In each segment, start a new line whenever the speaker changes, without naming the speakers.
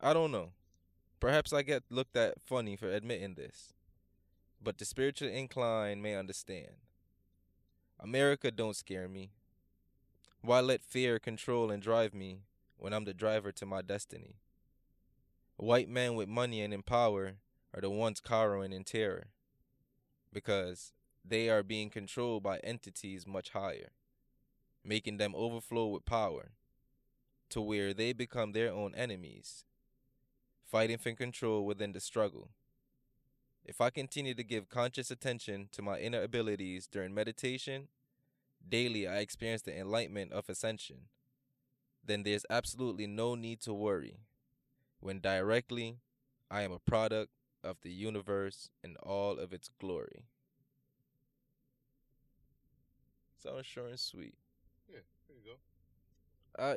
I don't know. Perhaps I get looked at funny for admitting this, but the spiritual incline may understand. America don't scare me. Why let fear control and drive me when I'm the driver to my destiny? White men with money and in power are the ones cowering in terror because they are being controlled by entities much higher, making them overflow with power to where they become their own enemies, fighting for control within the struggle. If I continue to give conscious attention to my inner abilities during meditation, daily I experience the enlightenment of ascension, then there's absolutely no need to worry when directly I am a product of the universe in all of its glory. Sounds sure and sweet.
Yeah, there you go.
I,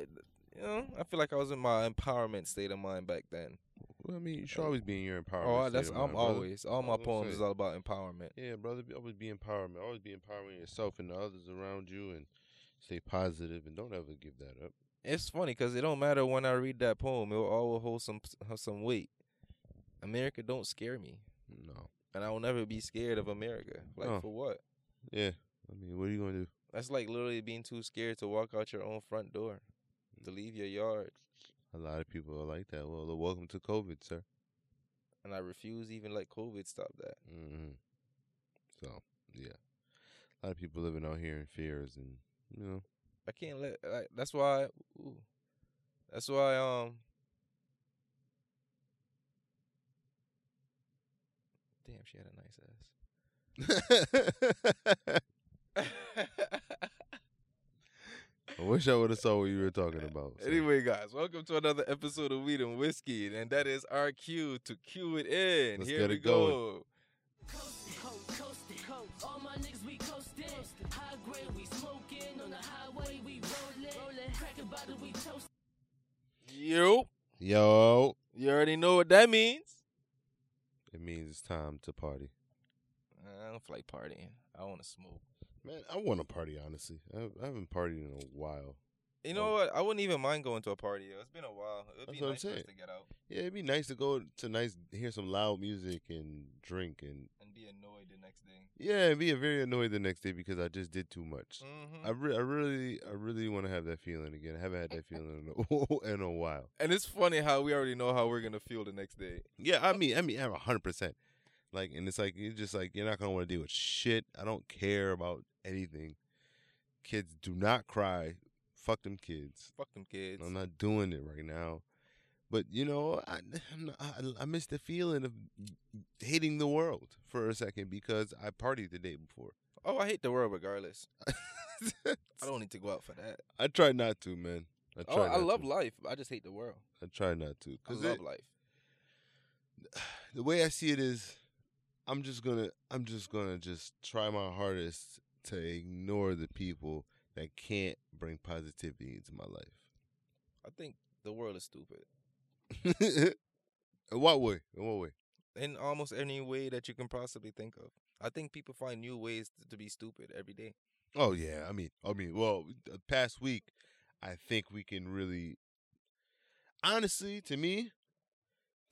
you know, I feel like I was in my empowerment state of mind back then.
Well, I mean, you should always be in your empowerment.
Oh,
state
that's
of
I'm
mind, brother.
always all my
That's what I'm
poems is
saying.
all about empowerment.
Yeah, brother, be- always be empowerment. Always be empowering yourself and the others around you, and stay positive, and don't ever give that up.
It's funny because it don't matter when I read that poem; it will always hold some some weight. America don't scare me,
No.
and I will never be scared of America. Like
No.
for what?
Yeah. I mean, what are you gonna do?
That's like literally being too scared to walk out your own front door, to leave your yard,
A lot of people are like that. Well, welcome to COVID, sir.
and I refuse to even let COVID stop that.
Mm-hmm. So, yeah, a lot of people living out here in fears, and you know,
I can't let. Like, that's why. Ooh, that's why. Um. Damn, she had a nice ass.
I wish I would have saw what you were talking about. so.
anyway, guys, welcome to another episode of Weed and Whiskey, and that is our cue to cue it in.
Let's
Here
get
we
it going.
go.
Coast, coastin', coast. All my niggas we coastin'. High grade we smoking. On the highway we rollin'. rollin'. Crack a bottle we toastin'.
You,
yo,
you already know what that means.
it means it's time to party.
I don't feel like partying. I want to smoke.
Man, I want to party. Honestly, I, I haven't partied in a while.
You know
Oh.
what? I wouldn't even mind going to a party. Yo. It's been a while. It'd
That's
be
what I'm
nice for us
saying.
to get out
Yeah, it'd be nice to go to nice, hear some loud music and drink, and
and be annoyed the next day.
yeah, and be very annoyed the next day because I just did too much.
hmm
I, re- I really, I really want to have that feeling again. I haven't had that feeling in a, in a while.
And it's funny how we already know how we're gonna feel the next day.
Yeah, I mean, I mean, I'm hundred percent. Like, and it's like you're just like you're not gonna want to deal with shit. I don't care about anything. Kids do not cry. Fuck them kids.
Fuck them kids.
I'm not doing it right now. But you know, I I'm not- I, I miss the feeling of hating the world for a second because I partied the day before.
Oh, I hate the world regardless. I don't need to go out for that.
I try not to, man. I try.
Oh, I
not
love
to.
life. but I just hate the world.
I try not to
I
because
love life.
the way I see it is, I'm just gonna I'm just gonna just try my hardest to ignore the people that can't bring positivity into my
I think the world is stupid
life. In what way? In what way?
in almost any way that you can possibly think of. I think people find new ways t- to be stupid every day.
Oh yeah, I mean, I mean, well, the past week, I think we can really, honestly, to me,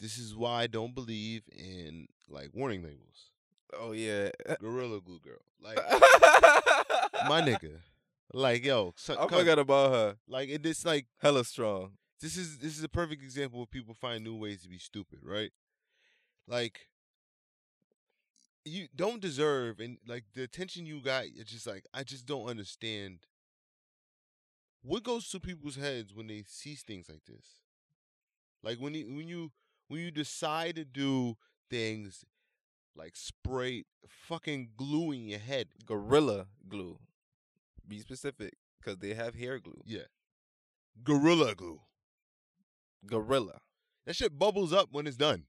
this is why I don't believe in like warning labels,
Oh yeah,
Gorilla Glue Girl, like my nigga, like yo, son,
I
come-
forgot about her.
like it, it's like
Hella strong.
this is this is a perfect example of people find new ways to be stupid, right? Like you don't deserve and like the attention you got, it's just like I just don't understand what goes through people's heads when they see things like this. Like when you when you when you decide to do things like spray fucking glue in your head.
Gorilla glue. Be specific, because they have hair glue.
Yeah. Gorilla glue.
Gorilla.
That shit bubbles up when it's done.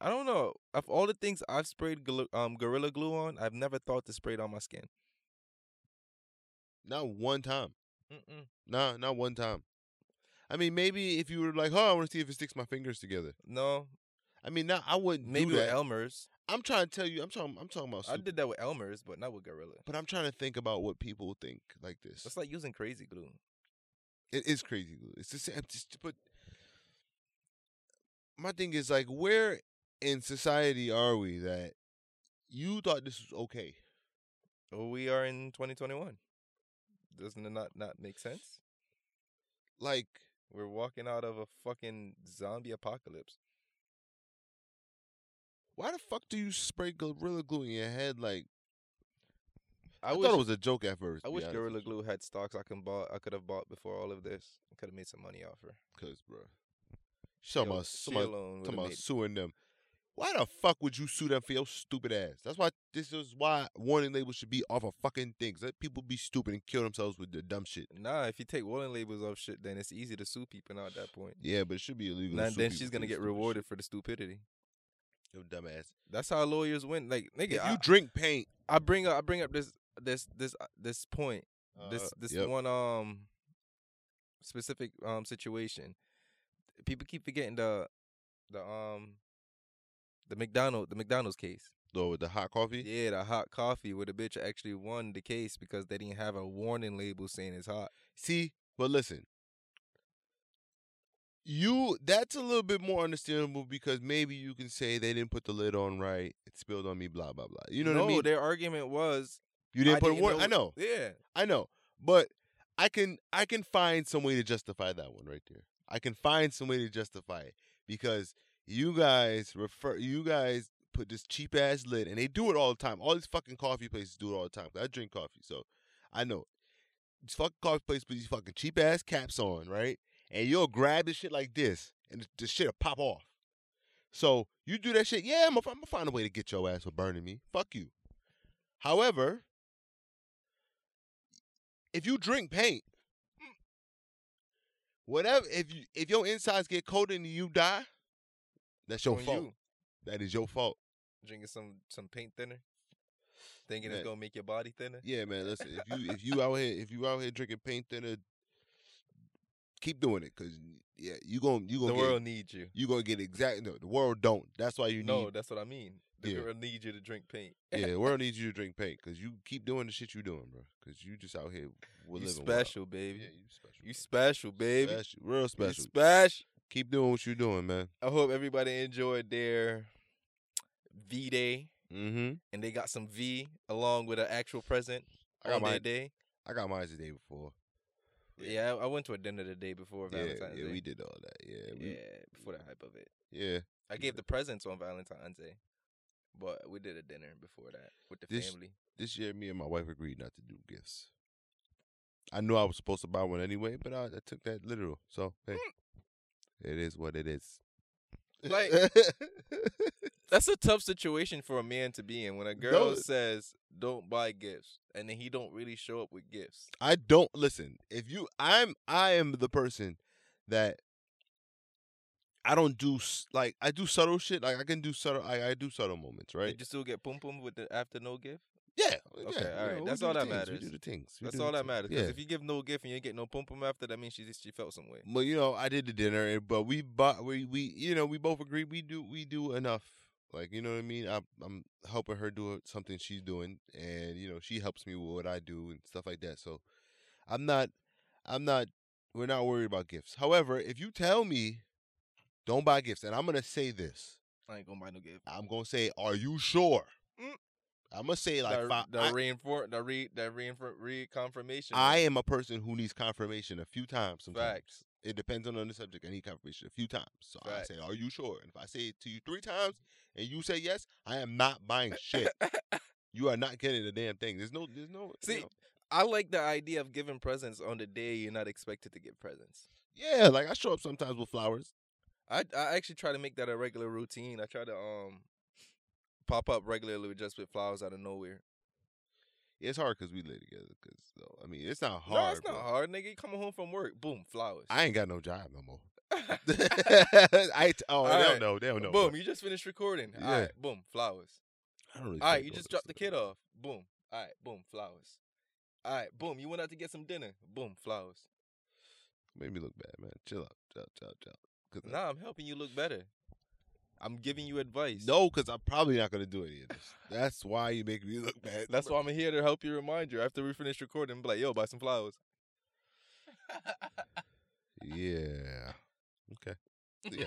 I don't know. Of all the things I've sprayed glu- um, Gorilla Glue on, I've never thought to spray it on my skin.
Not one time.
Mm-mm.
Nah, not one time. I mean, maybe if you were like, "Oh, I want to see if it sticks my fingers together."
No,
I mean, nah, I wouldn't
maybe
do
with
that.
Elmer's.
I'm trying to tell you, I'm talking, I'm talking about,
I
soup,
did that with Elmer's, but not with Gorilla.
but I'm trying to think about what people think like this.
It's like using crazy glue.
It is crazy glue. It's the same, just, but my thing is like, where in society are we that you thought this was okay?
Well, Oh, we are in 2021. Doesn't it not, not make sense?
Like,
We're walking out of a fucking zombie apocalypse.
why the fuck do you spray gorilla glue in your head? Like,
I,
I,
wish
thought it was a joke at first.
I wish Gorilla Glue had stocks I can bought I could have bought before all of this. I could have made some money off her.
because, bro, talking
She al-
about
she
somebody
alone
talking
would've
about
made-
suing them. Why the fuck would you sue them for your stupid ass? That's why this is why warning labels should be off of fucking things. Let people be stupid and kill themselves with their dumb shit.
Nah, if you take warning labels off shit, then it's easy to sue people now at that point.
Yeah, but it should be illegal. to
And
sue
then
people
she's
for
gonna
this
get
stupid shit.
rewarded for the stupidity.
Your dumb ass.
That's how lawyers win. Like nigga,
If
I,
you drink paint,
I bring up I bring up this this this this point
uh,
this this
yep.
one um specific um situation. People keep forgetting the the um the McDonald the McDonald's case.
though with the hot coffee.
Yeah, the hot coffee where the bitch actually won the case because they didn't have a warning label saying it's hot.
See, but listen, you that's a little bit more understandable because maybe you can say they didn't put the lid on right. It spilled on me. Blah blah blah. You know
no,
what I mean?
their argument was
You didn't
I
put a
didn't
warning.
know
I
it-
know.
yeah.
I know. But I can I can find some way to justify that one right there. I can find some way to justify it because you guys refer you guys put this cheap ass lid and they do it all the time. All these fucking coffee places do it all the time. I drink coffee, so I know. These fucking coffee places put these fucking cheap ass caps on, right? And you'll grab the shit like this and the shit'll pop off. So you do that shit, yeah, I'm gonna find a way to get your ass for burning me. Fuck you. However, if you drink paint, whatever if you if your insides get cold and you die, that's your
on
fault.
you.
That is your fault.
Drinking some some paint thinner, thinking
Man.
it's gonna make your body thinner.
Yeah, man. Listen, if you if you out here if you out here drinking paint thinner, keep doing it because yeah, you gonna you
The
gonna
world
get,
needs you.
you gonna get exactly no. The world don't. That's why you
no,
need
that's what I mean. The
Yeah.
world needs you to drink paint.
yeah. The world needs you to drink paint because you keep doing the shit you doing, bro. Because you just out here we're
You
living
special,
Wild.
baby.
Yeah, you special.
You special, baby.
Special, real
You
special.
special.
keep doing what you doing, man.
I hope everybody enjoyed their V Day
Mm-hmm.
and they got some V along with an actual present
I got
on their
mine.
day.
I got mine the day before.
Yeah, I, I went to a dinner the day before
Yeah,
Valentine's
yeah,
Day.
we did all that. Yeah,
yeah,
we,
before the hype of it.
yeah.
I
We
gave
did.
the presents on Valentine's Day, but we did a dinner before that with the
This-
family.
This year, me and my wife agreed not to do gifts. I knew I was supposed to buy one anyway, but I, I took that literal. So hey, it is what it is.
Mm. Like- That's a tough situation for a man to be in when a girl
No.
says, "Don't buy gifts," and then he don't really show up with gifts.
I don't listen. If you, I'm, I am the person that I don't do s- like I do subtle shit. Like I can do subtle. I, I do subtle moments, right?
Did you still get pum pum with the after no gift?
yeah.
Okay,
yeah, you
all right,
know, we
that's
do
all
the
that
things, We
matters.
do the things. we
That's
do the
all that
things.
matters.
Yeah.
Because if you give no gift and you ain't get no pum pum after, that means she she felt some way.
Well, you know, I did the dinner, and but we bought we we you know we both agreed we do we do enough. Like you know what I mean. I'm I'm helping her do something she's doing, and you know she helps me with what I do and stuff like that. So I'm not I'm not we're not worried about gifts. However, if you tell me don't buy gifts, and I'm gonna say this,
I ain't gonna buy no gift.
I'm gonna say, are you sure?
Mm.
I'm gonna say like
That,
fi-
that
I-
reinfor- that re that reinfor- reconfirmation.
I am a person who needs confirmation a few times. Sometimes.
facts.
it depends on the subject. I need confirmation a few times. So
Right.
I say, "Are you sure?" And if I say it to you three times and you say yes, I am not buying shit. you are not getting the damn thing. There's no, there's no. you
See,
know.
I like the idea of giving presents on the day you're not expected to give presents.
yeah, like I show up sometimes with flowers.
I I actually try to make that a regular routine. I try to um pop up regularly with just with flowers out of nowhere.
It's hard because we live together. Because I mean, it's not hard.
no, it's not
but
hard, nigga. You come home from work, boom, flowers.
I ain't got no job no more.
boom,
I t- oh, they
Alright.
don't know. They don't know.
you just finished recording.
Yeah.
All right, boom, flowers.
I don't really
All right,
think
you
about
just
this
dropped the
stuff.
kid off. Boom. All right, boom, flowers. All right, boom. You went out to get some dinner. Boom, flowers.
Made me look bad, man. Chill out, chill out, chill out, chill out. 'Cause I-
Nah, I'm helping you look better. I'm giving you advice.
No, because I'm probably not gonna do any of this. That's why you make me look bad.
That's why I'm here to help you remind you after we finish recording. Be like, yo, buy some flowers.
Yeah. Okay. Yeah.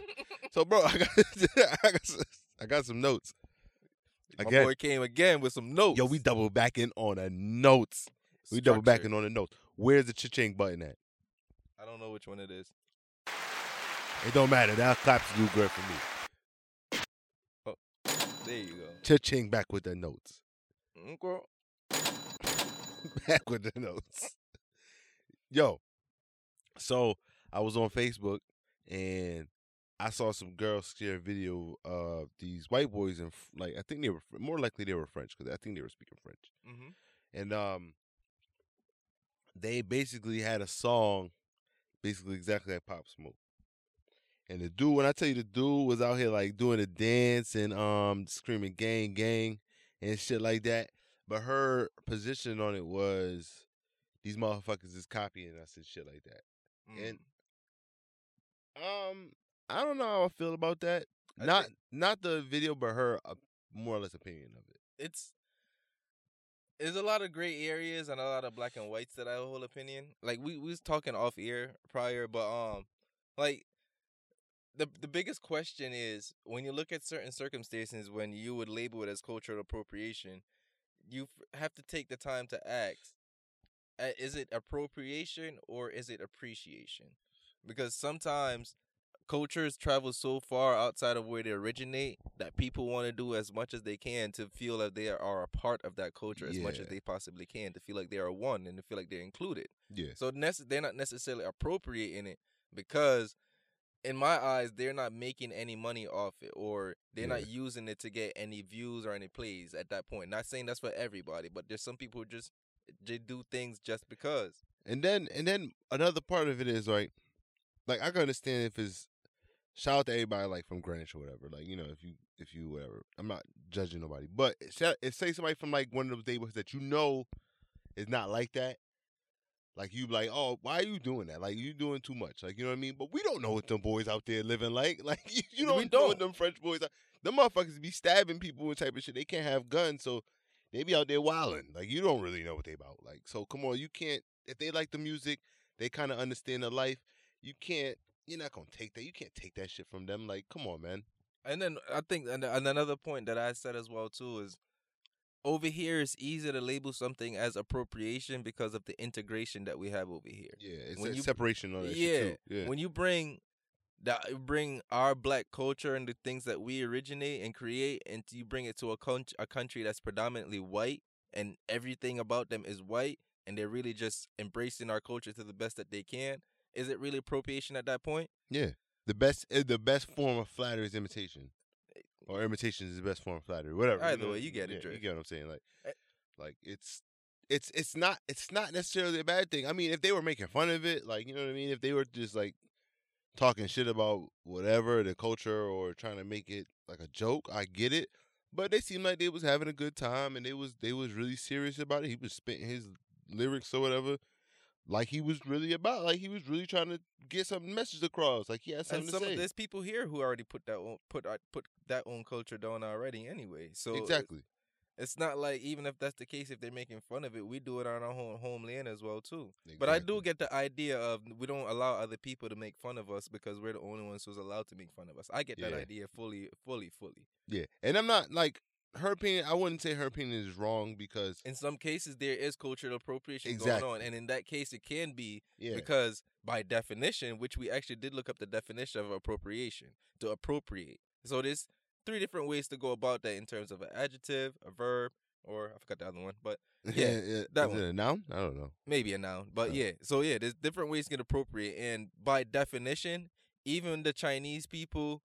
So, bro, I got, I got, some, I got some notes.
My
Again.
boy came again with some notes.
Yo, we double backing on a notes. We double backing
Structured.
on a notes. Where's the cha-ching button at?
I don't know which one it is.
It don't matter. That claps do good for me.
There you go.
Cha-ching back with the notes.
Okay.
back with the notes. Yo, so I was on Facebook and I saw some girls share a video of these white boys in F- like I think they were Fr- more likely they were French because I think they were speaking French
hmm
and um they basically had a song basically exactly like Pop Smoke. And the dude, when I tell you the dude was out here like doing a dance and um screaming gang gang and shit like that. But her position on it was these motherfuckers is copying us and shit like that.
mm-hmm.
And Um I don't know how I feel about that.
I
not not the video but her uh, more or less opinion of it.
it's there's a lot of gray areas and a lot of black and whites that I hold opinion. Like we, we was talking off air prior, but um like the the biggest question is when you look at certain circumstances when you would label it as cultural appropriation, you f- have to take the time to ask uh, is it appropriation or is it appreciation? Because sometimes cultures travel so far outside of where they originate that people want to do as much as they can to feel that they are a part of that culture as much
Yeah.
as they possibly can to feel like they are one and to feel like they're included.
Yeah.
So nece- they're not necessarily appropriating it because, in my eyes, they're not making any money off it or they're
Yeah.
not using it to get any views or any plays at that point. Not saying that's for everybody, but there's some people who just they do things just because.
And then and then another part of it is like like I can understand if it's shout out to everybody like from Greenwich or whatever. Like, you know, if you if you whatever. I'm not judging nobody. But shout- if say somebody from like one of those neighborhoods that you know is not like that, like you be like, oh, why are you doing that? Like you doing too much. Like you know what I mean? But we don't know what them boys out there living like. Like you, you don't,
We
know what
don't.
them French boys are. Them motherfuckers be stabbing people and type of shit. They can't have guns, so they be out there wilding. Like you don't really know what they about. Like so, come on, you can't. If they like the music, they kind of understand the life. You can't. You're not gonna take that. You can't take that shit from them. Like, come on, man.
And then I think and, and another point that I said as well too is over here it's easy to label something as appropriation because of the integration that we have over here.
Yeah, it's
When
a
you-
separation on that shit too. Yeah,
When you bring that bring our black culture and the things that we originate and create and you bring it to a country, a country that's predominantly white and everything about them is white and they're really just embracing our culture to the best that they can is it really appropriation at that point
the best. eh, The best form of flattery is imitation, or imitation is the best form of flattery. Whatever.
Either
know,
way, you get it,
yeah, Eh, You
Dre.
get what I'm saying? Like,
Eh.
like it's. It's it's not it's not necessarily a bad thing. I mean, if they were making fun of it, like you know what I mean. If they were just like talking shit about whatever the culture or trying to make it like a joke, I get it. But they seemed like they was having a good time and they was they was really serious about it. He was spitting his lyrics or whatever, like he was really about, like he was really trying to get some message across. Like he had something
and some
to say.
of there's people here who already put that own, put our- put that own culture down already anyway so it-
exactly.
it's not like even if that's the case if they're making fun of it we do it on our home homeland as well too But I do
Exactly.
get the idea of we don't allow other people to make fun of us because we're the only ones who's allowed to make fun of us. I get that
Yeah.
idea fully, fully, fully.
Yeah, and I'm not like her opinion. I wouldn't say her opinion is wrong because
In some cases, there is cultural appropriation going on,
Exactly.
and in that case, it can be
yeah,
because by definition, which we actually did look up the definition of appropriation to appropriate. So there's three different ways to go about that in terms of an adjective, a verb, or I forgot the other one, but yeah, that
is
one.
it a noun? I don't know.
maybe a noun, but
Uh.
yeah. So yeah, there's different ways to appropriate, and by definition, even the Chinese people,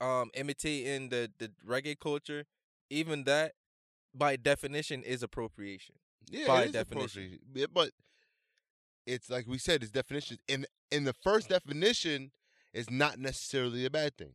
um, imitating the the reggae culture, even that, by definition, is appropriation.
Yeah,
by
it is
definition.
appropriation. Yeah, but it's like we said, it's definition. In in the first definition, it's not necessarily a bad thing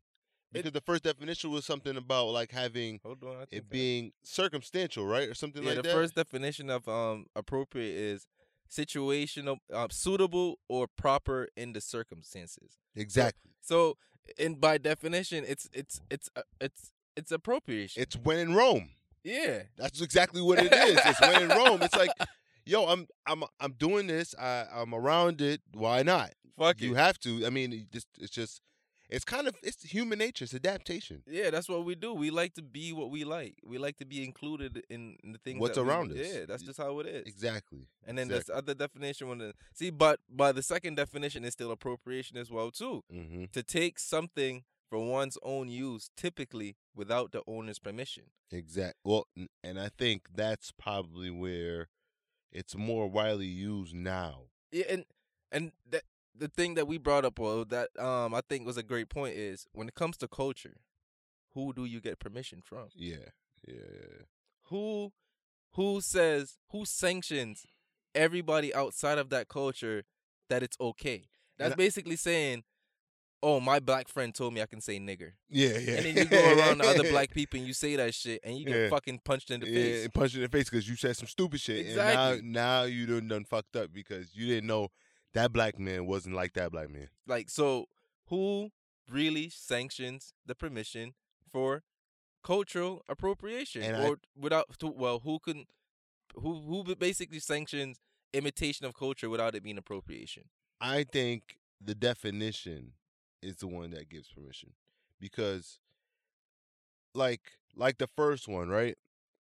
It-
because the first definition was something about like having
Hold on, I think
it
I-
being circumstantial, right, or something
yeah.
like
the
that.
first definition of um appropriate is situational, uh, suitable or proper in the circumstances.
exactly.
So, and by definition, it's it's it's uh, it's it's appropriation.
It's when in Rome.
yeah.
That's exactly what it is. It's when in Rome. It's like, yo, I'm I'm I'm doing this. I I'm around it. Why not?
Fuck
you
it.
have to. I mean, it just, it's just It's kind of it's human nature. It's adaptation.
Yeah, that's what we do. We like to be what we like. We like to be included in, in the things
What's
that we-
around us.
Yeah, that's just how it is.
Exactly.
And then this other definition when the, see, but by the second definition is still appropriation as well too.
Mm-hmm.
To take something for one's own use, typically without the owner's permission.
Exact. Well, n- and I think that's probably where it's more widely used now.
Yeah, and and that the thing that we brought up, well, that um I think was a great point is when it comes to culture, who do you get permission from?
Yeah. Yeah. yeah.
Who who says who sanctions everybody outside of that culture that it's okay? That's
And I-
basically saying, "Oh, my black friend told me I can say nigger,"
Yeah, yeah.
and then you go around to other black people and you say that shit, and you get
Yeah.
fucking punched in the face.
and punch you in the face because you said some stupid shit.
Exactly.
And now, now you done done fucked up because you didn't know that black man wasn't like that black man.
Like, so who really sanctions the permission for cultural appropriation,
And I-
or without? To, well, who can, who who ba- basically sanctions imitation of culture without it being appropriation?
I think the definition is the one that gives permission because like like the first one, right?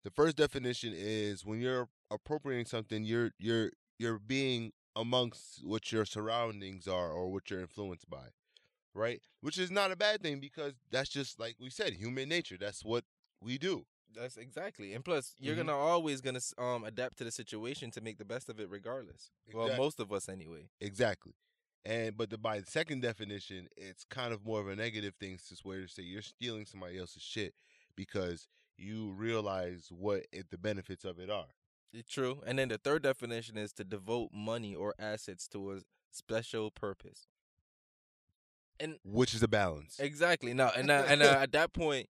The first definition is when you're appropriating something, you're you're you're being amongst what your surroundings are or what you're influenced by, right? Which is not a bad thing because that's just like we said, human nature. That's what we do.
That's exactly, and plus, you're
Mhm.
gonna always gonna s- um adapt to the situation to make the best of it, regardless. Well,
Exact-
most of us anyway.
Exactly. And but the, by the second definition, it's kind of more of a negative thing, since where to say you're stealing somebody else's shit because you realize what it, the benefits of it are.
It's Eh, true. And then the third definition is to devote money or assets to a special purpose.
Which is a balance.
Exactly. Now, and now, and uh, at that point,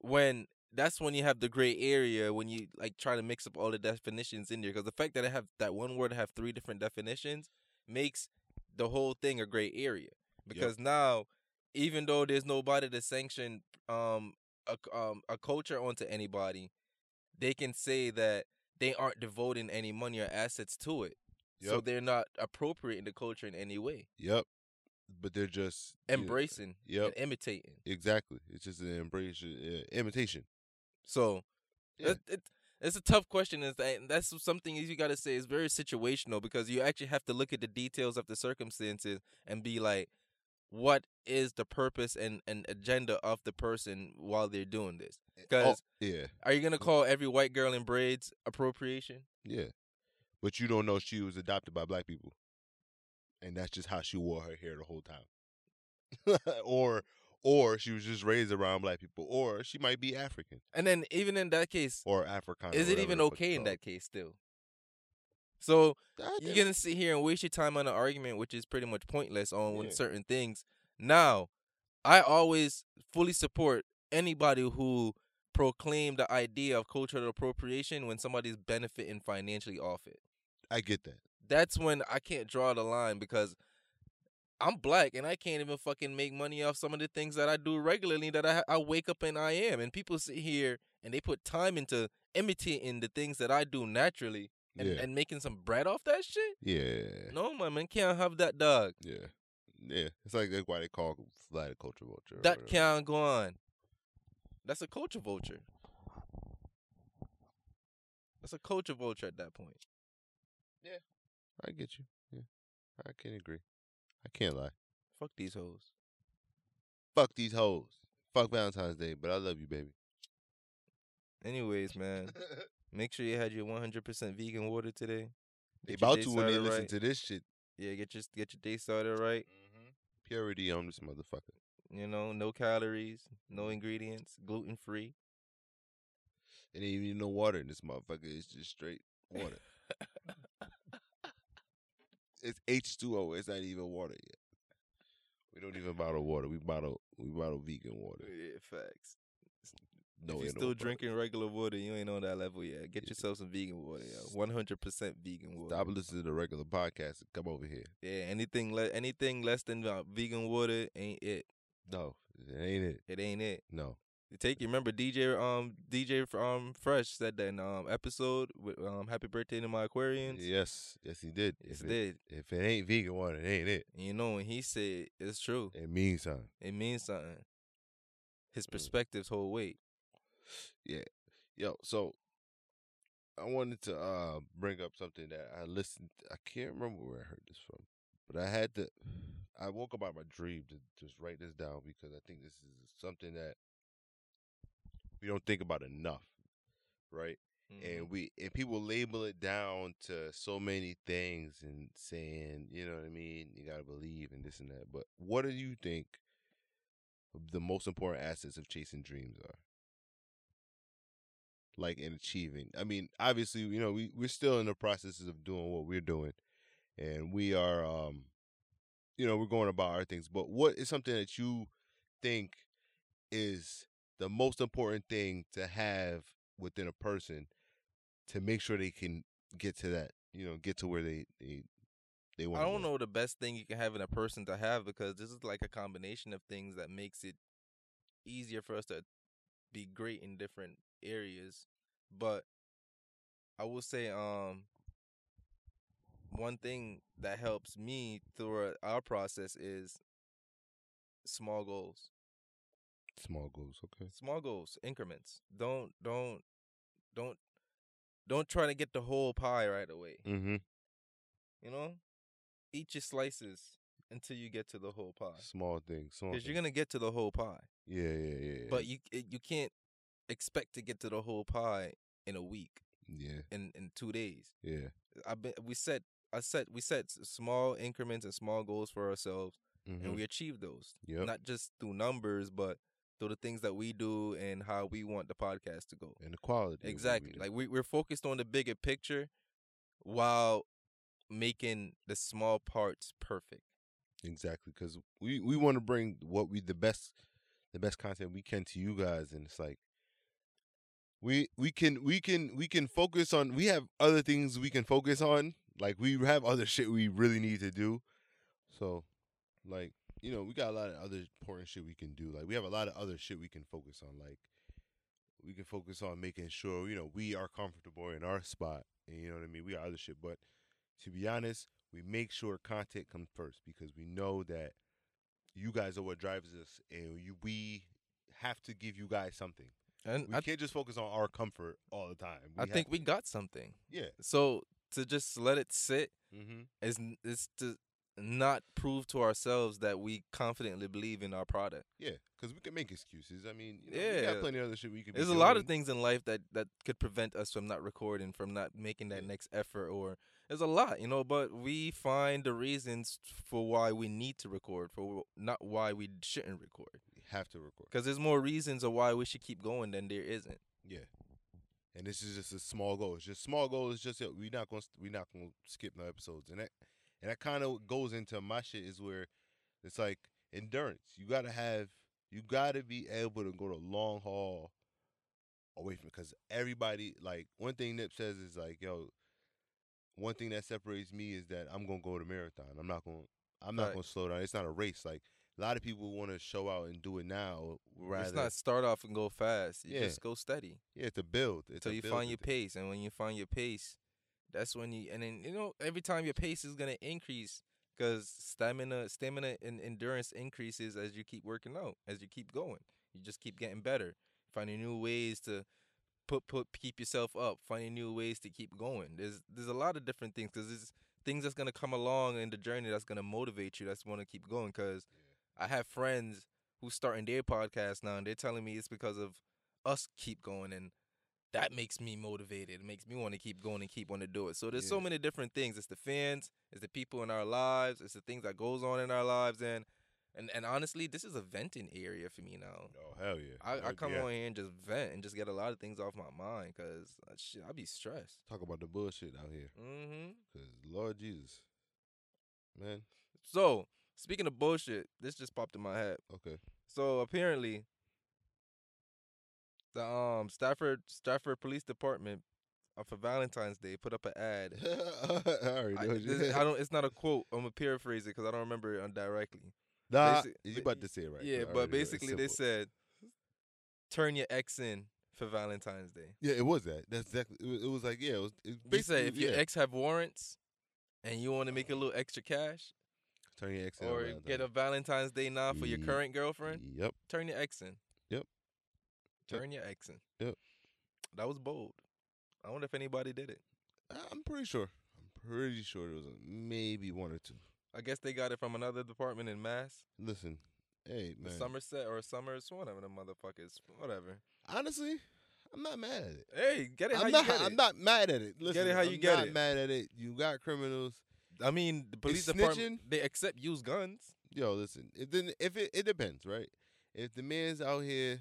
when that's when you have the gray area when you like try to mix up all the definitions in there because the fact that I have that one word have three different definitions makes the whole thing a gray area because now even though there's nobody to sanction um a c- um a culture onto anybody, they can say that they aren't devoting any money or assets to it, so
Yep.
they're not appropriating the culture in any way,
Yep. But they're just you know,
embracing,
Yep.
and imitating.
Exactly. It's just an embrace, uh, imitation.
So
Yeah.
it, it, it's a tough question. Is that and that's something you got to say is very situational because you actually have to look at the details of the circumstances and be like, what is the purpose and, and agenda of the person while they're doing this?
Oh,
'Cause-
yeah,
Are you gonna call every white girl in braids appropriation?
yeah. But you don't know she was adopted by black people, and that's just how she wore her hair the whole time. or, or she was just raised around black people, or she might be African.
And then even in that case,
or Africana.
is it
whatever
even
the fuck
okay
it's
in that case still? So
called.
you're gonna sit here and waste your time on an argument which is pretty much pointless on when
Yeah.
certain things. Now, I always fully support anybody who proclaim the idea of cultural appropriation when somebody's benefiting financially off it.
I get that.
That's when I can't draw the line because I'm black and I can't even fucking make money off some of the things that I do regularly that I, I wake up and I am. And people sit here and they put time into imitating the things that I do naturally and,
yeah.
and making some bread off that shit.
yeah.
No, my man can't have that dog.
Yeah. Yeah. It's like that's why they call flight a culture vulture. or
That
whatever.
can't go on. That's a culture vulture. That's a culture vulture at that point.
I get you. Yeah. I can agree. I can't lie.
Fuck these hoes.
Fuck these hoes. Fuck Valentine's Day, but I love you, baby.
Anyways, man, make sure you had your 100% vegan water today.
they
Get your
about
day
to when they
started
listen
right.
to this shit.
Yeah, get your get your day started right.
Mm-hmm. Purity on this motherfucker.
You know, no calories, no ingredients, gluten free.
It ain't even no water in this motherfucker. It's just straight water. it's H two O. It's not even water yet. We don't even bottle water. We bottle we bottle vegan water.
Yeah, facts.
No,
if you're
animal
still
product.
drinking regular water, you ain't on that level yet. Get
Yeah.
yourself some vegan water, yo. 100% vegan water.
Stop listening to the regular podcast and come over here.
Yeah, anything le- anything less than uh, vegan water ain't it.
No, it ain't it.
It ain't it.
No,
Take you remember DJ um DJ fr- um Fresh said that in um episode with um Happy Birthday to My Aquarians.
Yes, yes, he did.
It's
if it,
dead.
If it ain't vegan water, it ain't it.
And you know, and he said it's true.
It means something.
It means something.
Mm.
His perspectives hold weight.
Yo, so I wanted to uh bring up something that I listened. I can't remember where I heard this from, but I had to. I woke up out of my dream to just write this down because I think this is something that we don't think about enough, right?
Mm-hmm.
and we and people label it down to so many things and saying you know what i mean you gotta believe and this and that but what do you think the most important assets of chasing dreams are like in achieving i mean obviously you know we, we're still in the processes of doing what we're doing and we are um you know we're going about our things but what is something that you think is the most important thing to have within a person to make sure they can get to that you know get to where they they, they want
I don't know the best thing you can have in a person to have because this is like a combination of things that makes it easier for us to be great in different areas. But I will say, um, one thing that helps me through our process is small goals,
small goals okay
small goals, increments. Don't don't don't don't try to get the whole pie right away.
mm-hmm
You know, eat your slices until you get to the whole pie.
small things small
Because you're
things.
gonna get to the whole pie,
yeah yeah yeah yeah.
but you it- you can't expect to get to the whole pie in a week,
yeah
in in two days.
yeah
I been we set I set we set s- small increments and small goals for ourselves,
mm-hmm.
and we achieved those.
Yep.
Not just through numbers, but through the things that we do and how we want the podcast to go.
and the quality of what we
Exactly.
do.
Like we, we're focused on the bigger picture while making the small parts perfect.
exactly because we we want to bring what we the best the best content we can to you guys and it's like we we can we can we can focus on we have other things we can focus on like we have other shit we really need to do so like you know we got a lot of other important shit we can do like we have a lot of other shit we can focus on like we can focus on making sure you know we are comfortable in our spot and you know what i mean we got other shit but to be honest we make sure content comes first because we know that you guys are what drives us and you, we have to give you guys something
And
we
I,
can't just focus on our comfort all the time.
I
have
think we
to-
got something.
yeah.
So to just let it sit
Mm-hmm.
is n- is to not prove to ourselves that we confidently believe in our product.
Yeah, because we can make excuses. I mean, you know, we got
Yeah.
plenty of other shit we could. be
There's a lot of
doing.
things in life that that could prevent us from not recording, from not making that
Yeah.
next effort, or there's a lot, you know. But we find the reasons for why we need to record, for wh- not why we shouldn't record,
We have to record.
because there's more reasons of why we should keep going than there isn't.
Yeah, and this is just a small goal. It's just small goal. It's just that we're not gonna st- we're not gonna skip no episodes, and that and that kind of goes into my shit is where it's like endurance. You gotta have you gotta be able to go the long haul away from because everybody like one thing Nip says is like yo. One thing that separates me is that I'm gonna go to marathon. I'm not gonna I'm not
Right.
gonna slow down. It's not a race. Like a lot of people want to show out and do it now. Rather,
It's not start off and go fast. You
Yeah.
just go steady
yeah, to build. It's
until
a
you
build
find your
with it.
pace, and when you find your pace, that's when you. And then you know every time your pace is gonna increase because stamina, stamina, and endurance increases as you keep working out, as you keep going. You just keep getting better, finding new ways to put put keep yourself up, finding new ways to keep going. There's there's a lot of different things because there's things that's gonna come along in the journey that's gonna motivate you. That's want to keep going because I have friends who's starting their podcast now, and they're telling me it's because of us keep going and. That makes me motivated. It makes me want to keep going and keep wanting to do it. So there's so
Yeah.
many different things. It's the fans, it's the people in our lives, it's the things that goes on in our lives, and and and honestly, this is a venting area for me now.
Oh hell yeah!
I, I
Hell
come
yeah.
on here and just vent and just get a lot of things off my mind because shit, I be stressed.
Talk about the bullshit out here,
hmm
cause Lord Jesus, man.
So speaking of bullshit, this just popped in my head.
Okay.
So apparently, the um Stafford Stafford Police Department uh, for Valentine's Day put up an ad.
I already
I,
know what you
this, I don't. It's not a quote. I'm gonna paraphrase it because I don't remember it directly.
Nah,
basic-
you about to say it right.
yeah,
I already
but
know it's
basically they
simple.
said, turn your ex in for Valentine's Day.
Yeah, it was that. That's exactly. It was, it was like yeah. It was it
They say
basically
if your
yeah. Uh-huh.
ex have warrants and you want to make a little extra cash
turn your ex in
or
around
get a
that.
Valentine's Day nod for your
Ye-
current girlfriend,
Yep.
turn your ex in.
Yep.
Turn your ex in.
Yep.
That was bold. I wonder if anybody did it.
I- I'm pretty sure. I'm pretty sure it was a- maybe one or two.
I guess they got it from another department in Mass,
Listen, hey
the
man.
Somerset or Summers, whatever the motherfuckers, whatever.
Honestly, I'm not mad at it.
Hey, get it how
I'm
you
not.
get it.
I'm not mad at it. Listen,
it how you
I'm
get
not
it.
mad at it. You got criminals.
I mean, the police
Is
department
snitching-
they accept used guns.
Yo, listen. It then if it, it depends, right? If the man's out here,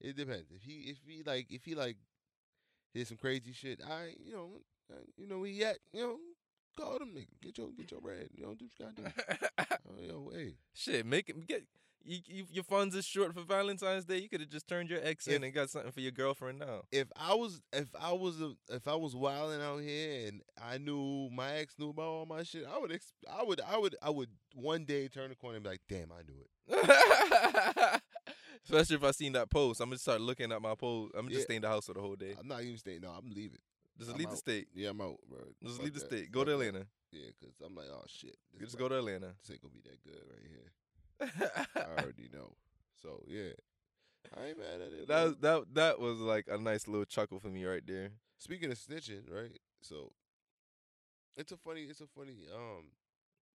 it depends. If he if he like if he like did some crazy shit, I you know I, you know he at you know call them nigga get your get your bread you know do what you gotta do. oh, yo hey
Shit, make it get you, you, your funds is short for Valentine's Day. You could have just turned your ex
If-
in and got something for your girlfriend now.
if I was if I was a, if I was wilding out here and I knew my ex knew about all my shit, I would ex- I would I would I would one day turn the corner and be like, damn, I knew it.
Especially if I seen that post, I'm gonna start looking at my post. I'm just
Yeah.
staying in the house for the whole day.
I'm not even staying. No, I'm leaving.
Just
I'm
leave the
out.
state.
Yeah, I'm out, bro.
Just
Fuck
leave the
that.
state. Go
Fuck
to
that.
Atlanta.
Yeah, cause I'm like, oh shit, this
Just
about-
go to Atlanta.
This ain't gonna be that good right here. I already know. So yeah, I ain't mad at it.
that
bro.
was, that that was like a nice little chuckle for me right there.
Speaking of snitching, right? So it's a funny. It's a funny. Um,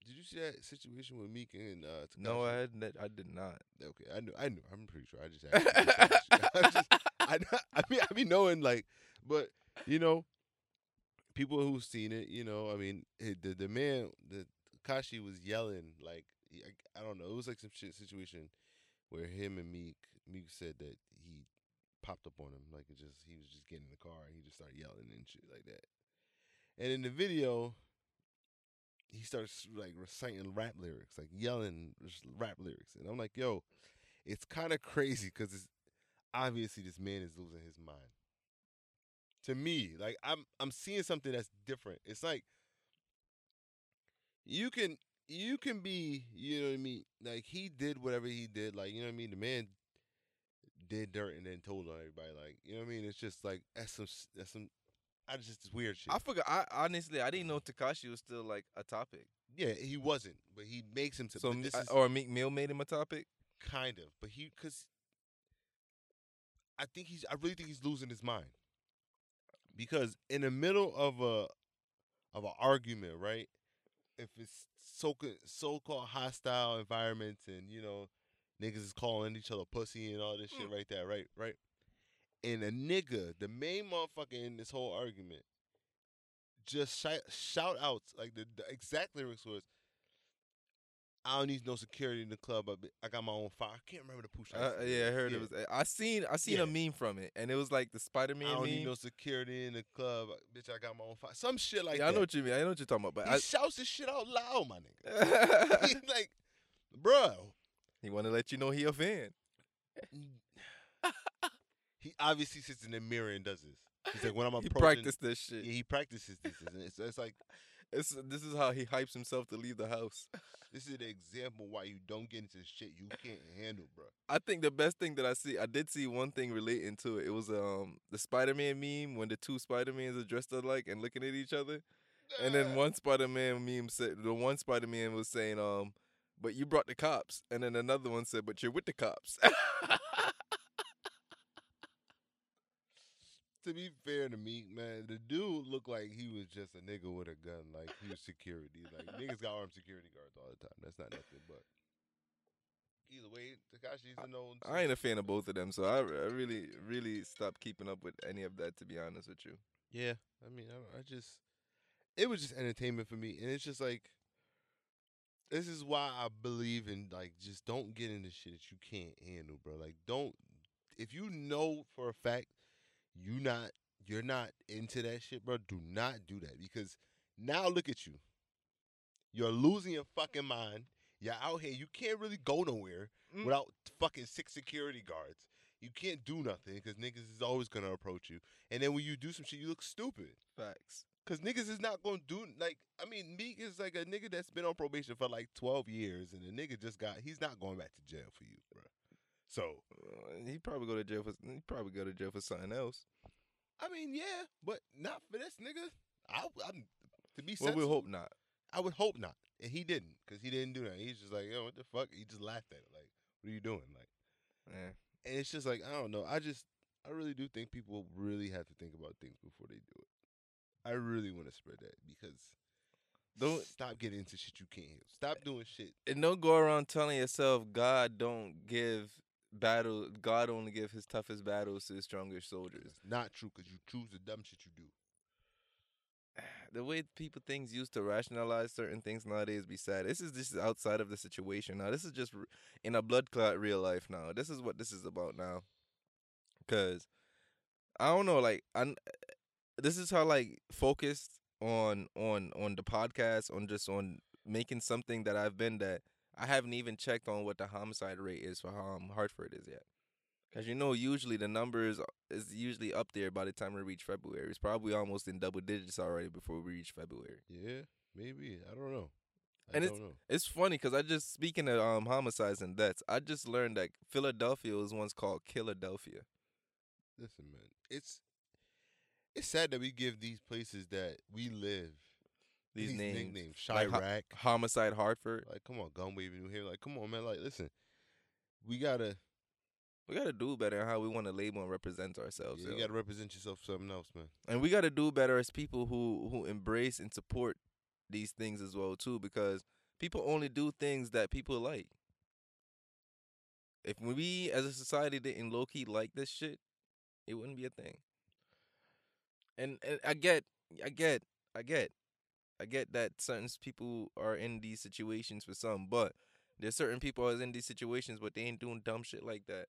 did you see that situation with Meek and uh?
No, I
Tekashi?
had ne- I did not.
Okay, I knew, I knew. I'm pretty sure. I just had. to do that shit. I, just, I, kn- I mean, I mean, knowing like, but you know, people who've seen it, you know, I mean, it, the the man, the Kashi was yelling like, he- I, I don't know, it was like some shit situation where him and Meek, Meek said that he popped up on him, like it just he was just getting in the car and he just started yelling and shit like that. And in the video, he starts like reciting rap lyrics, like yelling just rap lyrics, and I'm like, yo, it's kind of crazy because it's obviously this man is losing his mind. To me, like I'm I'm seeing something that's different. It's like you can you can be, you know what I mean? Like he did whatever he did, like you know what I mean? The man did dirt and then told on everybody, like, you know what I mean? It's just like that's some s- that's some I just it's weird shit.
I forgot. I honestly I didn't know Takashi was still like a topic.
yeah, he wasn't, but he makes him to
So
but this
I- oh,
is
or Meek Mill made him a topic.
kind of, but he cuz I think he's I really think he's losing his mind. Because in the middle of a of an argument, right? If it's so so called hostile environments and you know niggas is calling each other pussy and all this
Mm.
shit right there, right, right. And a nigga, the main motherfucker in this whole argument, just shout, shout outs like the, the exact lyrics was, "I don't need no security in the club. I, be- I got my own fire." I can't remember the push.
Uh, yeah, I heard it was. I seen I seen
Yeah.
a meme from it, and it was like the Spider
I
Man
don't
meme.
need no security in the club, Uh, bitch. I got my own fire. Some shit like
yeah,
that.
I know what you mean. I know what you're talking about, but
he shouts this shit out loud, my nigga.
I,
He's like, bro,
he want to let you know he a fan.
he obviously sits in the mirror and does this. He's like, when I'm
he
approaching,
practiced this shit.
yeah, he practices this. and It's, it's like
It's, this is how he hypes himself to leave the house.
this is the example why you don't get into shit you can't handle, bro.
I think the best thing that I see, I did see one thing relating to it. It was um the Spider Man meme when the two Spider Mans are dressed alike and looking at each other, and then one Spider Man meme said the one Spider Man was saying um, but you brought the cops, and then another one said, but you're with the cops.
to be fair to me, man, the dude looked like he was just a nigga with a gun, like he was security. Like niggas got armed security guards all the time. That's not nothing, but either way, Takashi's a known.
I ain't a fan of both of them, so I, I really, really stopped keeping up with any of that. To be honest with you,
Yeah, I mean, I, I just it was just entertainment for me, and it's just like this is why I believe in like just don't get into shit that you can't handle, bro. Like don't if you know for a fact you not you're not into that shit, bro. Do not do that because now look at you, you're losing your fucking mind. You're out here, you can't really go nowhere
Mm.
without fucking six security guards. You can't do nothing because niggas is always gonna approach you. And then when you do some shit, you look stupid.
facts.
Cause niggas is not gonna do like I mean Meek is like a nigga that's been on probation for like twelve years and the nigga just got he's not going back to jail for you, bro. So
Uh, He probably go to jail for he probably go to jail for something else.
I mean, yeah, but not for this nigga. I, I'm to be
Well,
sensible.
we hope not.
I would hope not, and he didn't, cause he didn't do that. He's just like, yo, what the fuck? He just laughed at it, like, what are you doing? Like,
Eh.
and it's just like, I don't know. I just, I really do think people really have to think about things before they do it. I really want to spread that because
Don't-
stop getting into shit you can't handle. Stop doing shit.
And don't go around telling yourself God don't give battle. God only give His toughest battles to His strongest soldiers.
It's not true, cause you choose the dumb shit you do.
The way people things used to rationalize certain things nowadays be sad. This is just outside of the situation now. This is just r- in a blood clot real life now. This is what this is about now. Cause I don't know, like I. This is how like focused on on on the podcast on just on making something that I've been that I haven't even checked on what the homicide rate is for um, Hartford is yet. Cause you know, usually the numbers is usually up there by the time we reach February. It's probably almost in double digits already before we reach February.
Yeah, maybe I don't know. I
And
don't know.
It's funny because I just speaking of um, homicides and deaths, I just learned that Philadelphia was once called Philadelphia.
Listen, man, it's it's sad that we give these places that we live
These, names,
nicknames.
Like
Chirac,
ho-
like,
homicide Hartford.
come on, Gunwave New Hair, like come on, man, like listen, we gotta
We gotta do better in how we want to label and represent ourselves.
yeah,
yo.
you gotta represent yourself something else, man.
and we got to do better as people who who embrace and support these things as well too because people only do things that people like if we as a society didn't low-key like this shit it wouldn't be a thing and, and i get i get i get i get that certain s- people are in these situations for some but there's certain people who's in these situations but they ain't doing dumb shit like that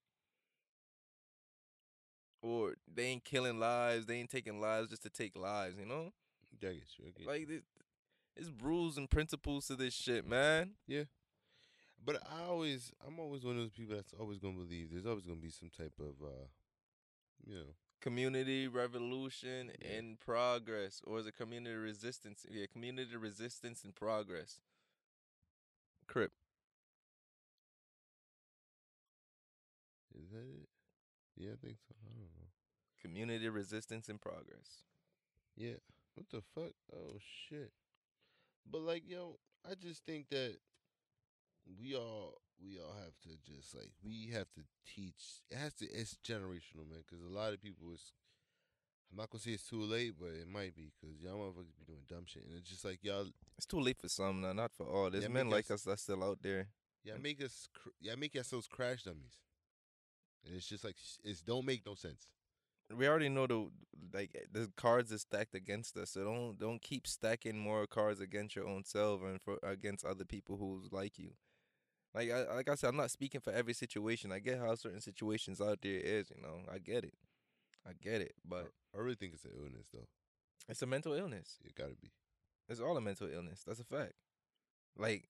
or they ain't killing lives they ain't taking lives just to take lives you know
Yeah, I get you. I get you.
like this, it's rules and principles to this shit, man.
but I always, I'm always one of those people that's always gonna believe there's always gonna be some type of, uh you know,
Community revolution
Yeah.
in progress, or is it community resistance? Yeah, community resistance and progress. Crip.
is that it? Yeah, I think so. I don't know.
Community resistance and progress.
Yeah. What the fuck? Oh shit. But like yo, I just think that we all we all have to just like we have to teach. It has to. It's generational, man. Because a lot of people is. I'm not gonna say it's too late, but it might be because y'all motherfuckers be doing dumb shit, and it's just like y'all,
It's too late for some now, not for all. There's
Yeah,
men
make
like
us-
us that's still out there.
y'all make us, cr- y'all make yourselves crash dummies, and it's just like sh- it's don't make no sense.
We already know the like eh, the cards are stacked against us, so don't don't keep stacking more cards against your own self and for against other people who's like you. Like I like I said, I'm not speaking for every situation. I get how certain situations out there is, you know. I get it. I get it. But
I really think it's an illness, though.
it's a mental illness.
It gotta be.
It's all a mental illness. That's a fact. Like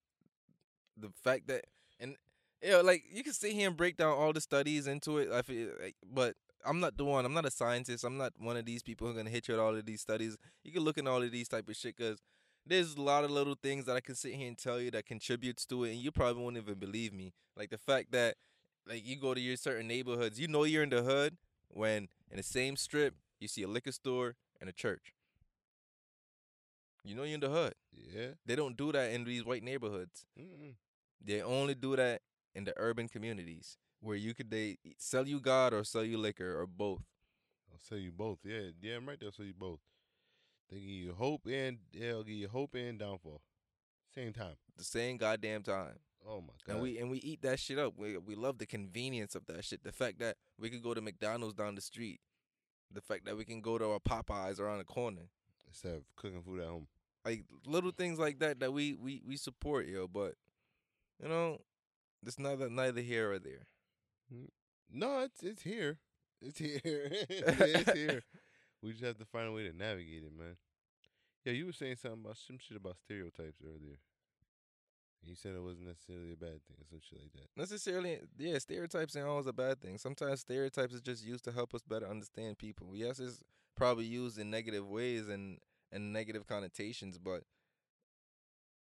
the fact that and you know, like you can sit here and break down all the studies into it. I feel like, but I'm not the one. I'm not a scientist. I'm not one of these people who are gonna hit you with all of these studies. You can look in all of these type of shit because there's a lot of little things that I can sit here and tell you that contributes to it, and you probably won't even believe me. Like the fact that like you go to your certain neighborhoods, you know you're in the hood when in the same strip you see a liquor store and a church. You know you're in the hood.
Yeah.
They don't do that in these white neighborhoods.
Mm-mm.
They only do that in the urban communities where you could they e, sell you God or sell you liquor or both.
I'll sell you both. Yeah, yeah, I'm right there. I'll sell you both. They give you hope and they'll give you hope and downfall. Same time.
The same goddamn time.
Oh my god.
And we and we eat that shit up. We we love the convenience of that shit. The fact that we could go to McDonald's down the street. The fact that we can go to a Popeyes around the corner.
instead of cooking food at home.
like little things like that that we we we support yo but you know it's neither neither here or there
No, it's it's here. It's here. it's here. We just have to find a way to navigate it, man. Yeah, you were saying something about some shit about stereotypes earlier. You said it wasn't necessarily a bad thing or some shit like that.
necessarily yeah stereotypes ain't always a bad thing sometimes stereotypes is just used to help us better understand people yes it's probably used in negative ways and and negative connotations but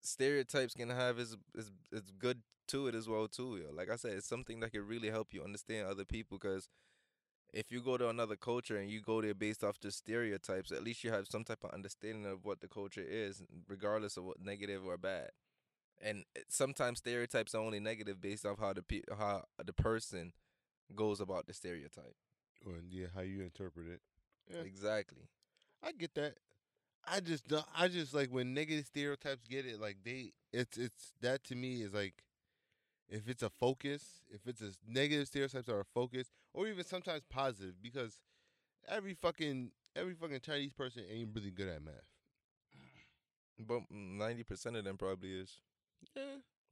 stereotypes can have is is is good to it as well too. Yo. Like I said, it's something that can really help you understand other people because if you go to another culture and you go there based off just stereotypes, at least you have some type of understanding of what the culture is, regardless of what negative or bad. And it- sometimes stereotypes are only negative based off how the pe- how the person goes about the stereotype.
Or yeah, how you interpret it. Yeah.
Exactly.
I get that. I just don't. I just like when negative stereotypes get it. Like they, it's it's that to me is like, if it's a focus, if it's a s- negative stereotypes are a focus, or even sometimes positive, because every fucking every fucking Chinese person ain't really good at math.
But ninety percent of them probably is.
Yeah.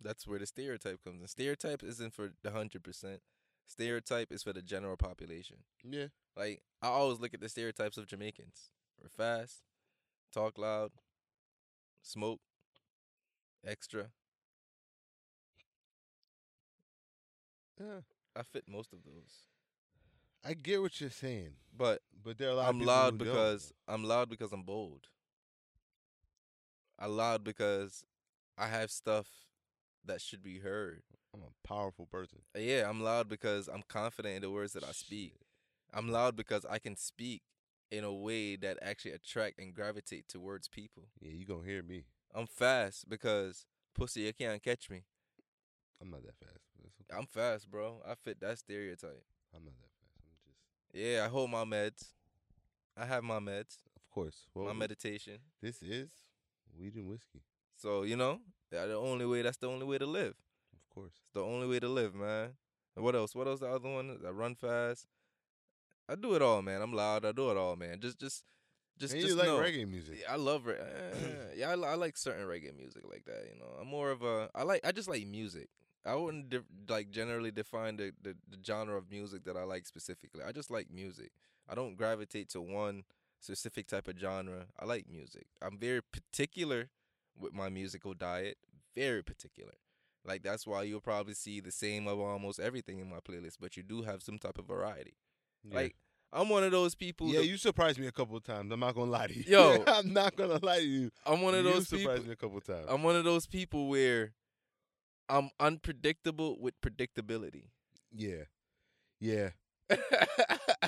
That's where the stereotype comes in. Stereotype isn't for the hundred percent. Stereotype is for the general population.
Yeah.
Like I always look at the stereotypes of Jamaicans. We're fast, talk loud, smoke, extra.
Yeah.
I fit most of those.
I get what you're saying,
But
but there are a lot. of
I'm
people
loud
who don't.
because I'm loud because I'm bold. I'm loud because I have stuff that should be heard. Uh,
I'm a powerful person.
Yeah, I'm loud because I'm confident in the words that I speak. I'm loud because I can speak in a way that actually attract and gravitate towards people.
Yeah, you gonna hear me.
I'm fast because pussy, you can't catch me.
I'm not that fast. but it's okay.
I'm fast, bro. I fit that stereotype.
I'm not that fast. I'm just,
Yeah, I hold my meds. I have my meds,
of course. Well,
my meditation.
this is weed and whiskey.
So you know, that the only way. That's the only way to live.
Of course.
It's the only way to live, man. And what else? What else? The other one? I run fast. I do it all, man. I'm loud. I do it all, man. Just, just, just,
and
just
you like
know.
reggae music.
Yeah, I love re- eh, yeah, I, li- I like certain reggae music like that. You know, I'm more of a I like I just like music. I wouldn't de- like generally define the, the the genre of music that I like specifically. I just like music. I don't gravitate to one specific type of genre. I like music. I'm very particular with my musical diet. Very particular. Like that's why you'll probably see the same of almost everything in my playlist, but you do have some type of variety. Like I'm one of those people.
yeah,
that-
you surprised me a couple of times. I'm not gonna lie to you.
Yo.
I'm not gonna lie to you.
I'm one of
you
those people.
surprised me a couple of times.
I'm one of those people where I'm unpredictable with predictability.
yeah, yeah.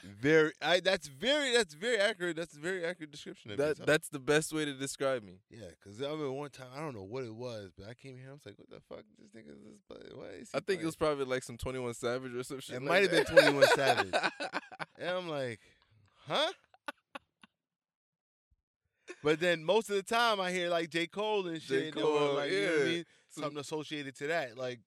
Very. I. That's very. That's very accurate. That's a very accurate description. Of
that
yourself.
that's the best way to describe me.
Yeah, cause I remember one time I don't know what it was, but I came here. I was like, "What the fuck? This nigga is this? play- Why is he
I think it
playing?"
was probably like some 21 Savage or some shit.
It
like
might have been
that.
21 Savage. And I'm like, huh? But then most of the time I hear like J. Cole and
J.
shit. and they're
Cole,
like, you know what I
yeah.
mean?
So-
Something associated to that. Like,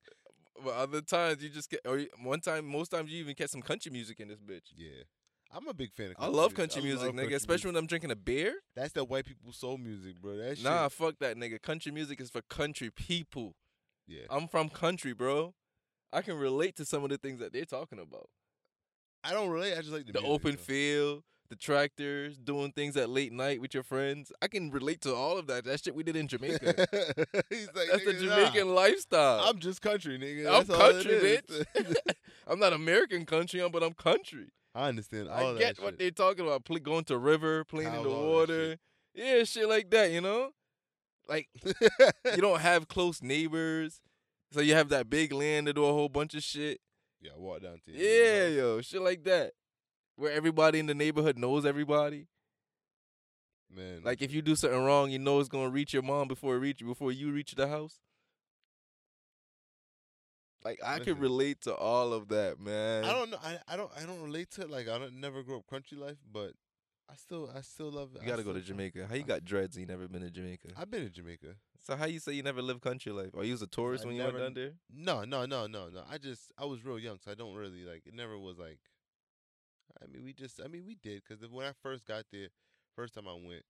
but other times you just get or you- one time most times you even catch some country music in this bitch.
yeah. I'm a big fan of
I
country
love
music.
country
I
music,
love
nigga,
country
especially
music.
when I'm drinking a beer.
That's that white people soul music, bro. That shit.
Nah, fuck that nigga. Country music is for country people.
Yeah.
I'm from country, bro. I can relate to some of the things that they're talking about.
I don't relate. I just like the,
the
music,
open
though.
field, the tractors, doing things at late night with your friends. I can relate to all of that. That shit we did in Jamaica.
He's like,
That's the
"Nigga, nah.
Jamaican lifestyle.
I'm just country, nigga.
I'm,
That's all it
country,
is."
bitch. I'm not American country, I'm- but I'm country.
I understand all
I
that.
get what
shit.
they're talking about. Pl- going to river, playing in
Cows,
the
all that
water.
shit.
Yeah, shit like that, you know? Like, you don't have close neighbors. So you have that big land to do a whole bunch of shit.
yeah, I walk down to you, you
Yeah,
know?
yo, shit like that. Where everybody in the neighborhood knows everybody.
man.
Like if you do something wrong, you know it's gonna reach your mom before it reach before you reach the house. Like I can
Listen.
relate to all of that, man.
I don't know. I, I don't I don't relate to it. Like I don't never grew up country life, but I still I still love it.
You
I
gotta go to
still-
Jamaica. How you got dreads and you never been to Jamaica?
I've been to Jamaica.
So how you say you never lived country life? Or you was a tourist
I
when you went
never-
down there?
No, no, no, no, no. I just I was real young, so I don't really like. It never was like. I mean, we just. I mean, we did because when I first got there, first time I went,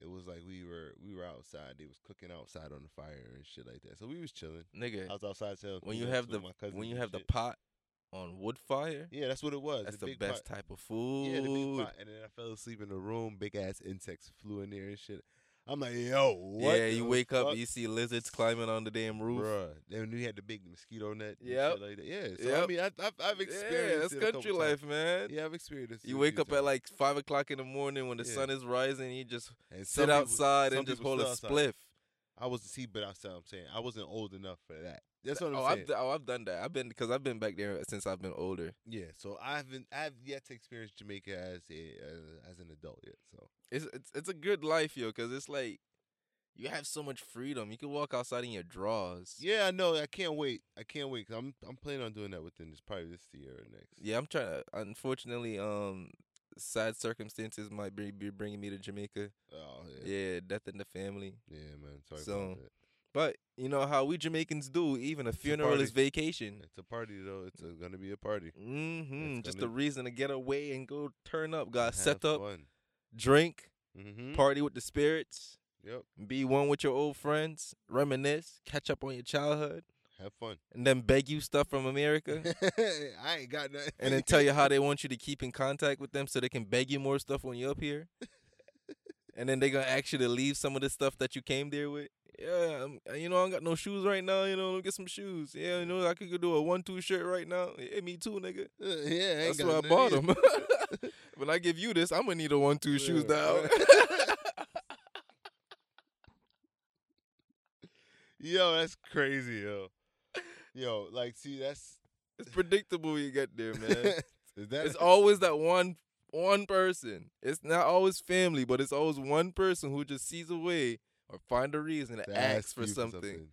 it was like we were we were outside. They was cooking outside on the fire and shit like that. So we was chilling.
Nigga,
I was outside chilling.
when
cooking
you
up
have
with
the
my cousins
when you
and
have the
shit.
pot on wood fire,
Yeah, that's what it was.
that's
the,
the,
big pot.
best type of food.
Yeah, the big pot. And then I fell asleep in the room. Big ass insects flew in there and shit. I'm like, yo, what?
Yeah, you
the
wake up
fuck?
and you see lizards climbing on the damn roof.
Bruh. Then we had the big mosquito net. Yeah.
Yep.
Like that. Yeah. So, I
Yep.
mean, I, I've, I've
Yeah,
experienced
that's
it a couple
country
times.
life, man.
Yeah, I've experienced it.
You
a
wake
few
up at
times.
like five o'clock in the morning when the
Yeah.
sun is rising. You just
and
sit
some people-
outside
some
and just
people
hold a
still outside.
spliff.
I was the but That's what I'm saying. I wasn't old enough for that. That's what I'm
oh,
saying.
I've d- oh, I've done that. I've been because I've been back there since I've been older.
yeah. So I haven't. I have yet to experience Jamaica as a uh, as, as an adult yet. So
It's it's it's a good life, yo, because it's like you have so much freedom. You can walk outside in your drawers.
yeah, I know. I can't wait. I can't wait. i I'm I'm planning on doing that within this probably this year or next.
Yeah, I'm trying to. Unfortunately, um, sad circumstances might be, be bringing me to Jamaica.
Oh yeah.
Yeah, death in the family.
Yeah, man. Sorry
So,
about that.
But you know how we Jamaicans do. Even a funeral is
party.
vacation.
It's a party though. It's a, gonna be a party.
Mm-hmm.
It's
Just a
gonna-
reason to get away and go turn up. Got set up, drink,
Mm-hmm.
party with the spirits,
Yep.
be one with your old friends, reminisce, catch up on your childhood,
Have fun.
and then beg you stuff from America.
I ain't got nothing.
and then tell you how they want you to keep in contact with them so they can beg you more stuff when you're up here. and then they're gonna ask you to leave some of the stuff that you came there with. Yeah, i you know, I don't got no shoes right now. You know, let me get some shoes. Yeah, you know, I could go do a one two shirt right now. Yeah, me too, nigga.
yeah, I ain't
That's
got
why I
nothing
bought
either.
them. when I give you this, I'm gonna need a one two shoes
Yeah,
now.
Yo, that's crazy, yo. Yo, like, see, that's
it's predictable you get there, man.
is that
it's always that one one person. It's not always family, but it's always one person who just sees a way or find a reason to,
to
ask,
ask
for
you
something.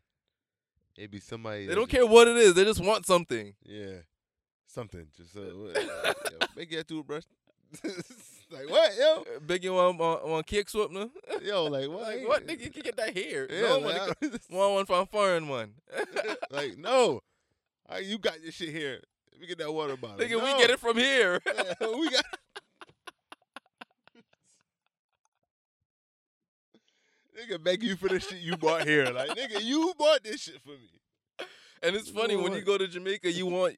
It'd be somebody.
They
that
don't
just-
care what it is. They just want something.
Yeah, something. Just uh, what- yo, make that toothbrush. like what, yo?
Uh, Big you on on, on kick swap now.
Yo, like what?
Like what nigga you can get that hair?
eh, Yeah,
no one
like,
got-
I-
one one from foreign one.
like, no. Uh, you got this shit here. Let me get that water bottle.
Nigga,
No.
we get it from here.
we got. nigga, beg you for the shit you bought here. Like, nigga, you bought this shit for me.
And it's funny when you
Lord.
go to Jamaica, you want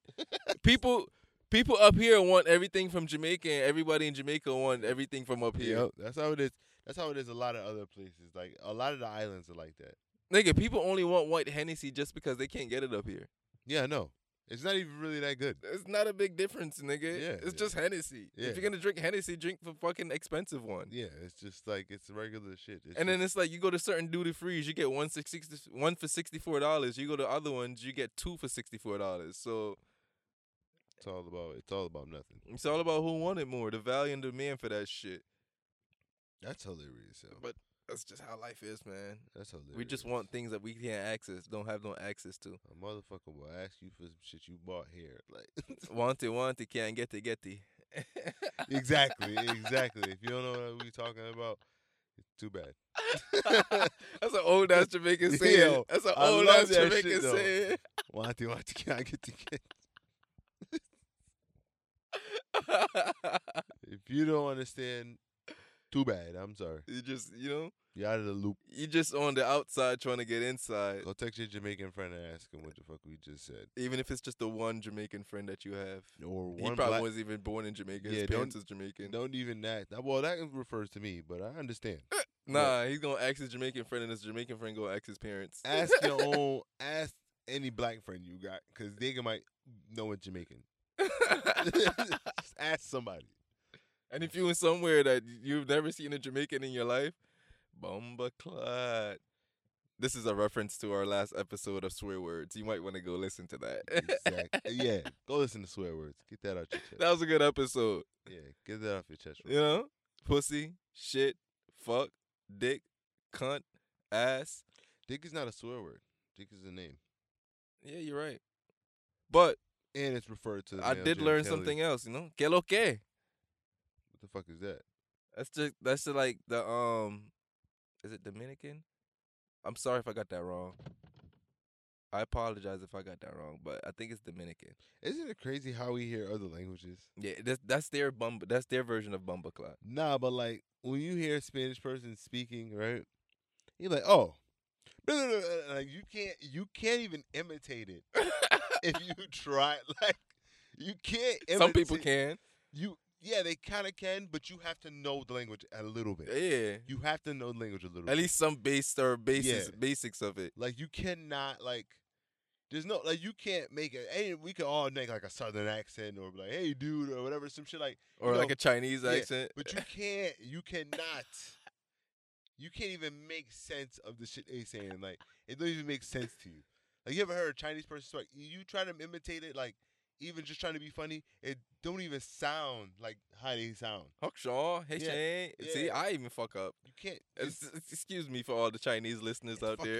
people people up here want everything from Jamaica and everybody in Jamaica want everything from up here.
Yep, that's how it is. That's how it is. A lot of other places, like a lot of the islands, are like that.
Nigga, people only want white Hennessy just because they can't get it up here.
Yeah, no, it's not even really that good.
It's not a big difference, nigga.
Yeah,
it's
yeah.
just Hennessy.
Yeah.
If you're gonna drink Hennessy, drink the fucking expensive one.
Yeah, it's just like it's regular shit. It's
And then
just-
it's like you go to certain duty frees, you get one six sixty one for sixty four dollars. You go to other ones, you get two for sixty four dollars. So
it's all about it's all about nothing.
it's all about who wanted more, the value and demand for that shit.
That's hilarious. Yo.
But that's just how life is, man.
That's hilarious.
We just want things that we can't access, don't have no access to.
a motherfucker will ask you for some shit you bought here. Like
Want it, want it, can't get it, get it.
exactly, exactly. If you don't know what we talking about, it's too bad.
That's an old ass Jamaican saying.
Yo,
That's an
I
old
love
ass
that shit,
Jamaican
though.
saying.
Wanty, wanty, can I get the kid? If you don't understand, too bad. I'm sorry.
you just, you know,
You're out of the loop.
you just on the outside trying to get inside,
Go text your Jamaican friend and ask him what the fuck we just said.
even if it's just the one Jamaican friend that you have.
Or
he
one
probably
black.
wasn't even born in Jamaica. His
Yeah,
parents
don't-
is Jamaican.
Don't even that. that- Well, that refers to me, but I understand.
Nah, he's gonna ask his Jamaican friend, and his Jamaican friend gonna ask his parents.
Ask your own. Ask any black friend you got, because they can might know a Jamaican. just ask somebody.
and if you in somewhere that you've never seen a Jamaican in your life, bomba clot. This is a reference to our last episode of swear words. You might want to go listen to that.
Exactly. yeah. Go listen to swear words. Get that out your chest.
that was a good episode.
Yeah. Get that off your chest.
You know, pussy, shit, fuck, dick, cunt, ass.
Dick is not a swear word. Dick is a name,
Yeah, you're right. But
and it's referred to. the
I
male
did learn
genitalia.
something else. You know, que lo que.
What the fuck is that?
That's just that's the, like the um, is it Dominican? I'm sorry if I got that wrong. I apologize if I got that wrong, but I think it's Dominican.
Isn't it crazy how we hear other languages?
Yeah, that's that's their bum. That's their version of bumba clot.
Nah, but like when you hear a Spanish person speaking, right? You're like, oh, uh, like you can't, you can't even imitate it if you try. Like you can't. Imitate,
Some people can.
You yeah, they kind of can, but you have to know the language a little bit.
Yeah,
You have to know the language a little.
Eh, at
bit.
least some base or basics
Yeah.
basics of it.
Like you cannot like there's no like you can't make it. Hey, we can all make like a southern accent or be like, hey dude or whatever, some shit like
Or
You
like
know,
a Chinese
yeah,
accent.
but you can't you cannot you can't even make sense of the shit they saying. Like it don't even make sense to you. Like you ever heard a Chinese person talk? You try to imitate it, like even just trying to be funny, it don't even sound like how they sound.
Huck Shaw, hey
Yeah,
Shane. See,
yeah.
I even fuck up.
You can't.
It's- Excuse me for all the Chinese listeners
it's
out
fucking
there.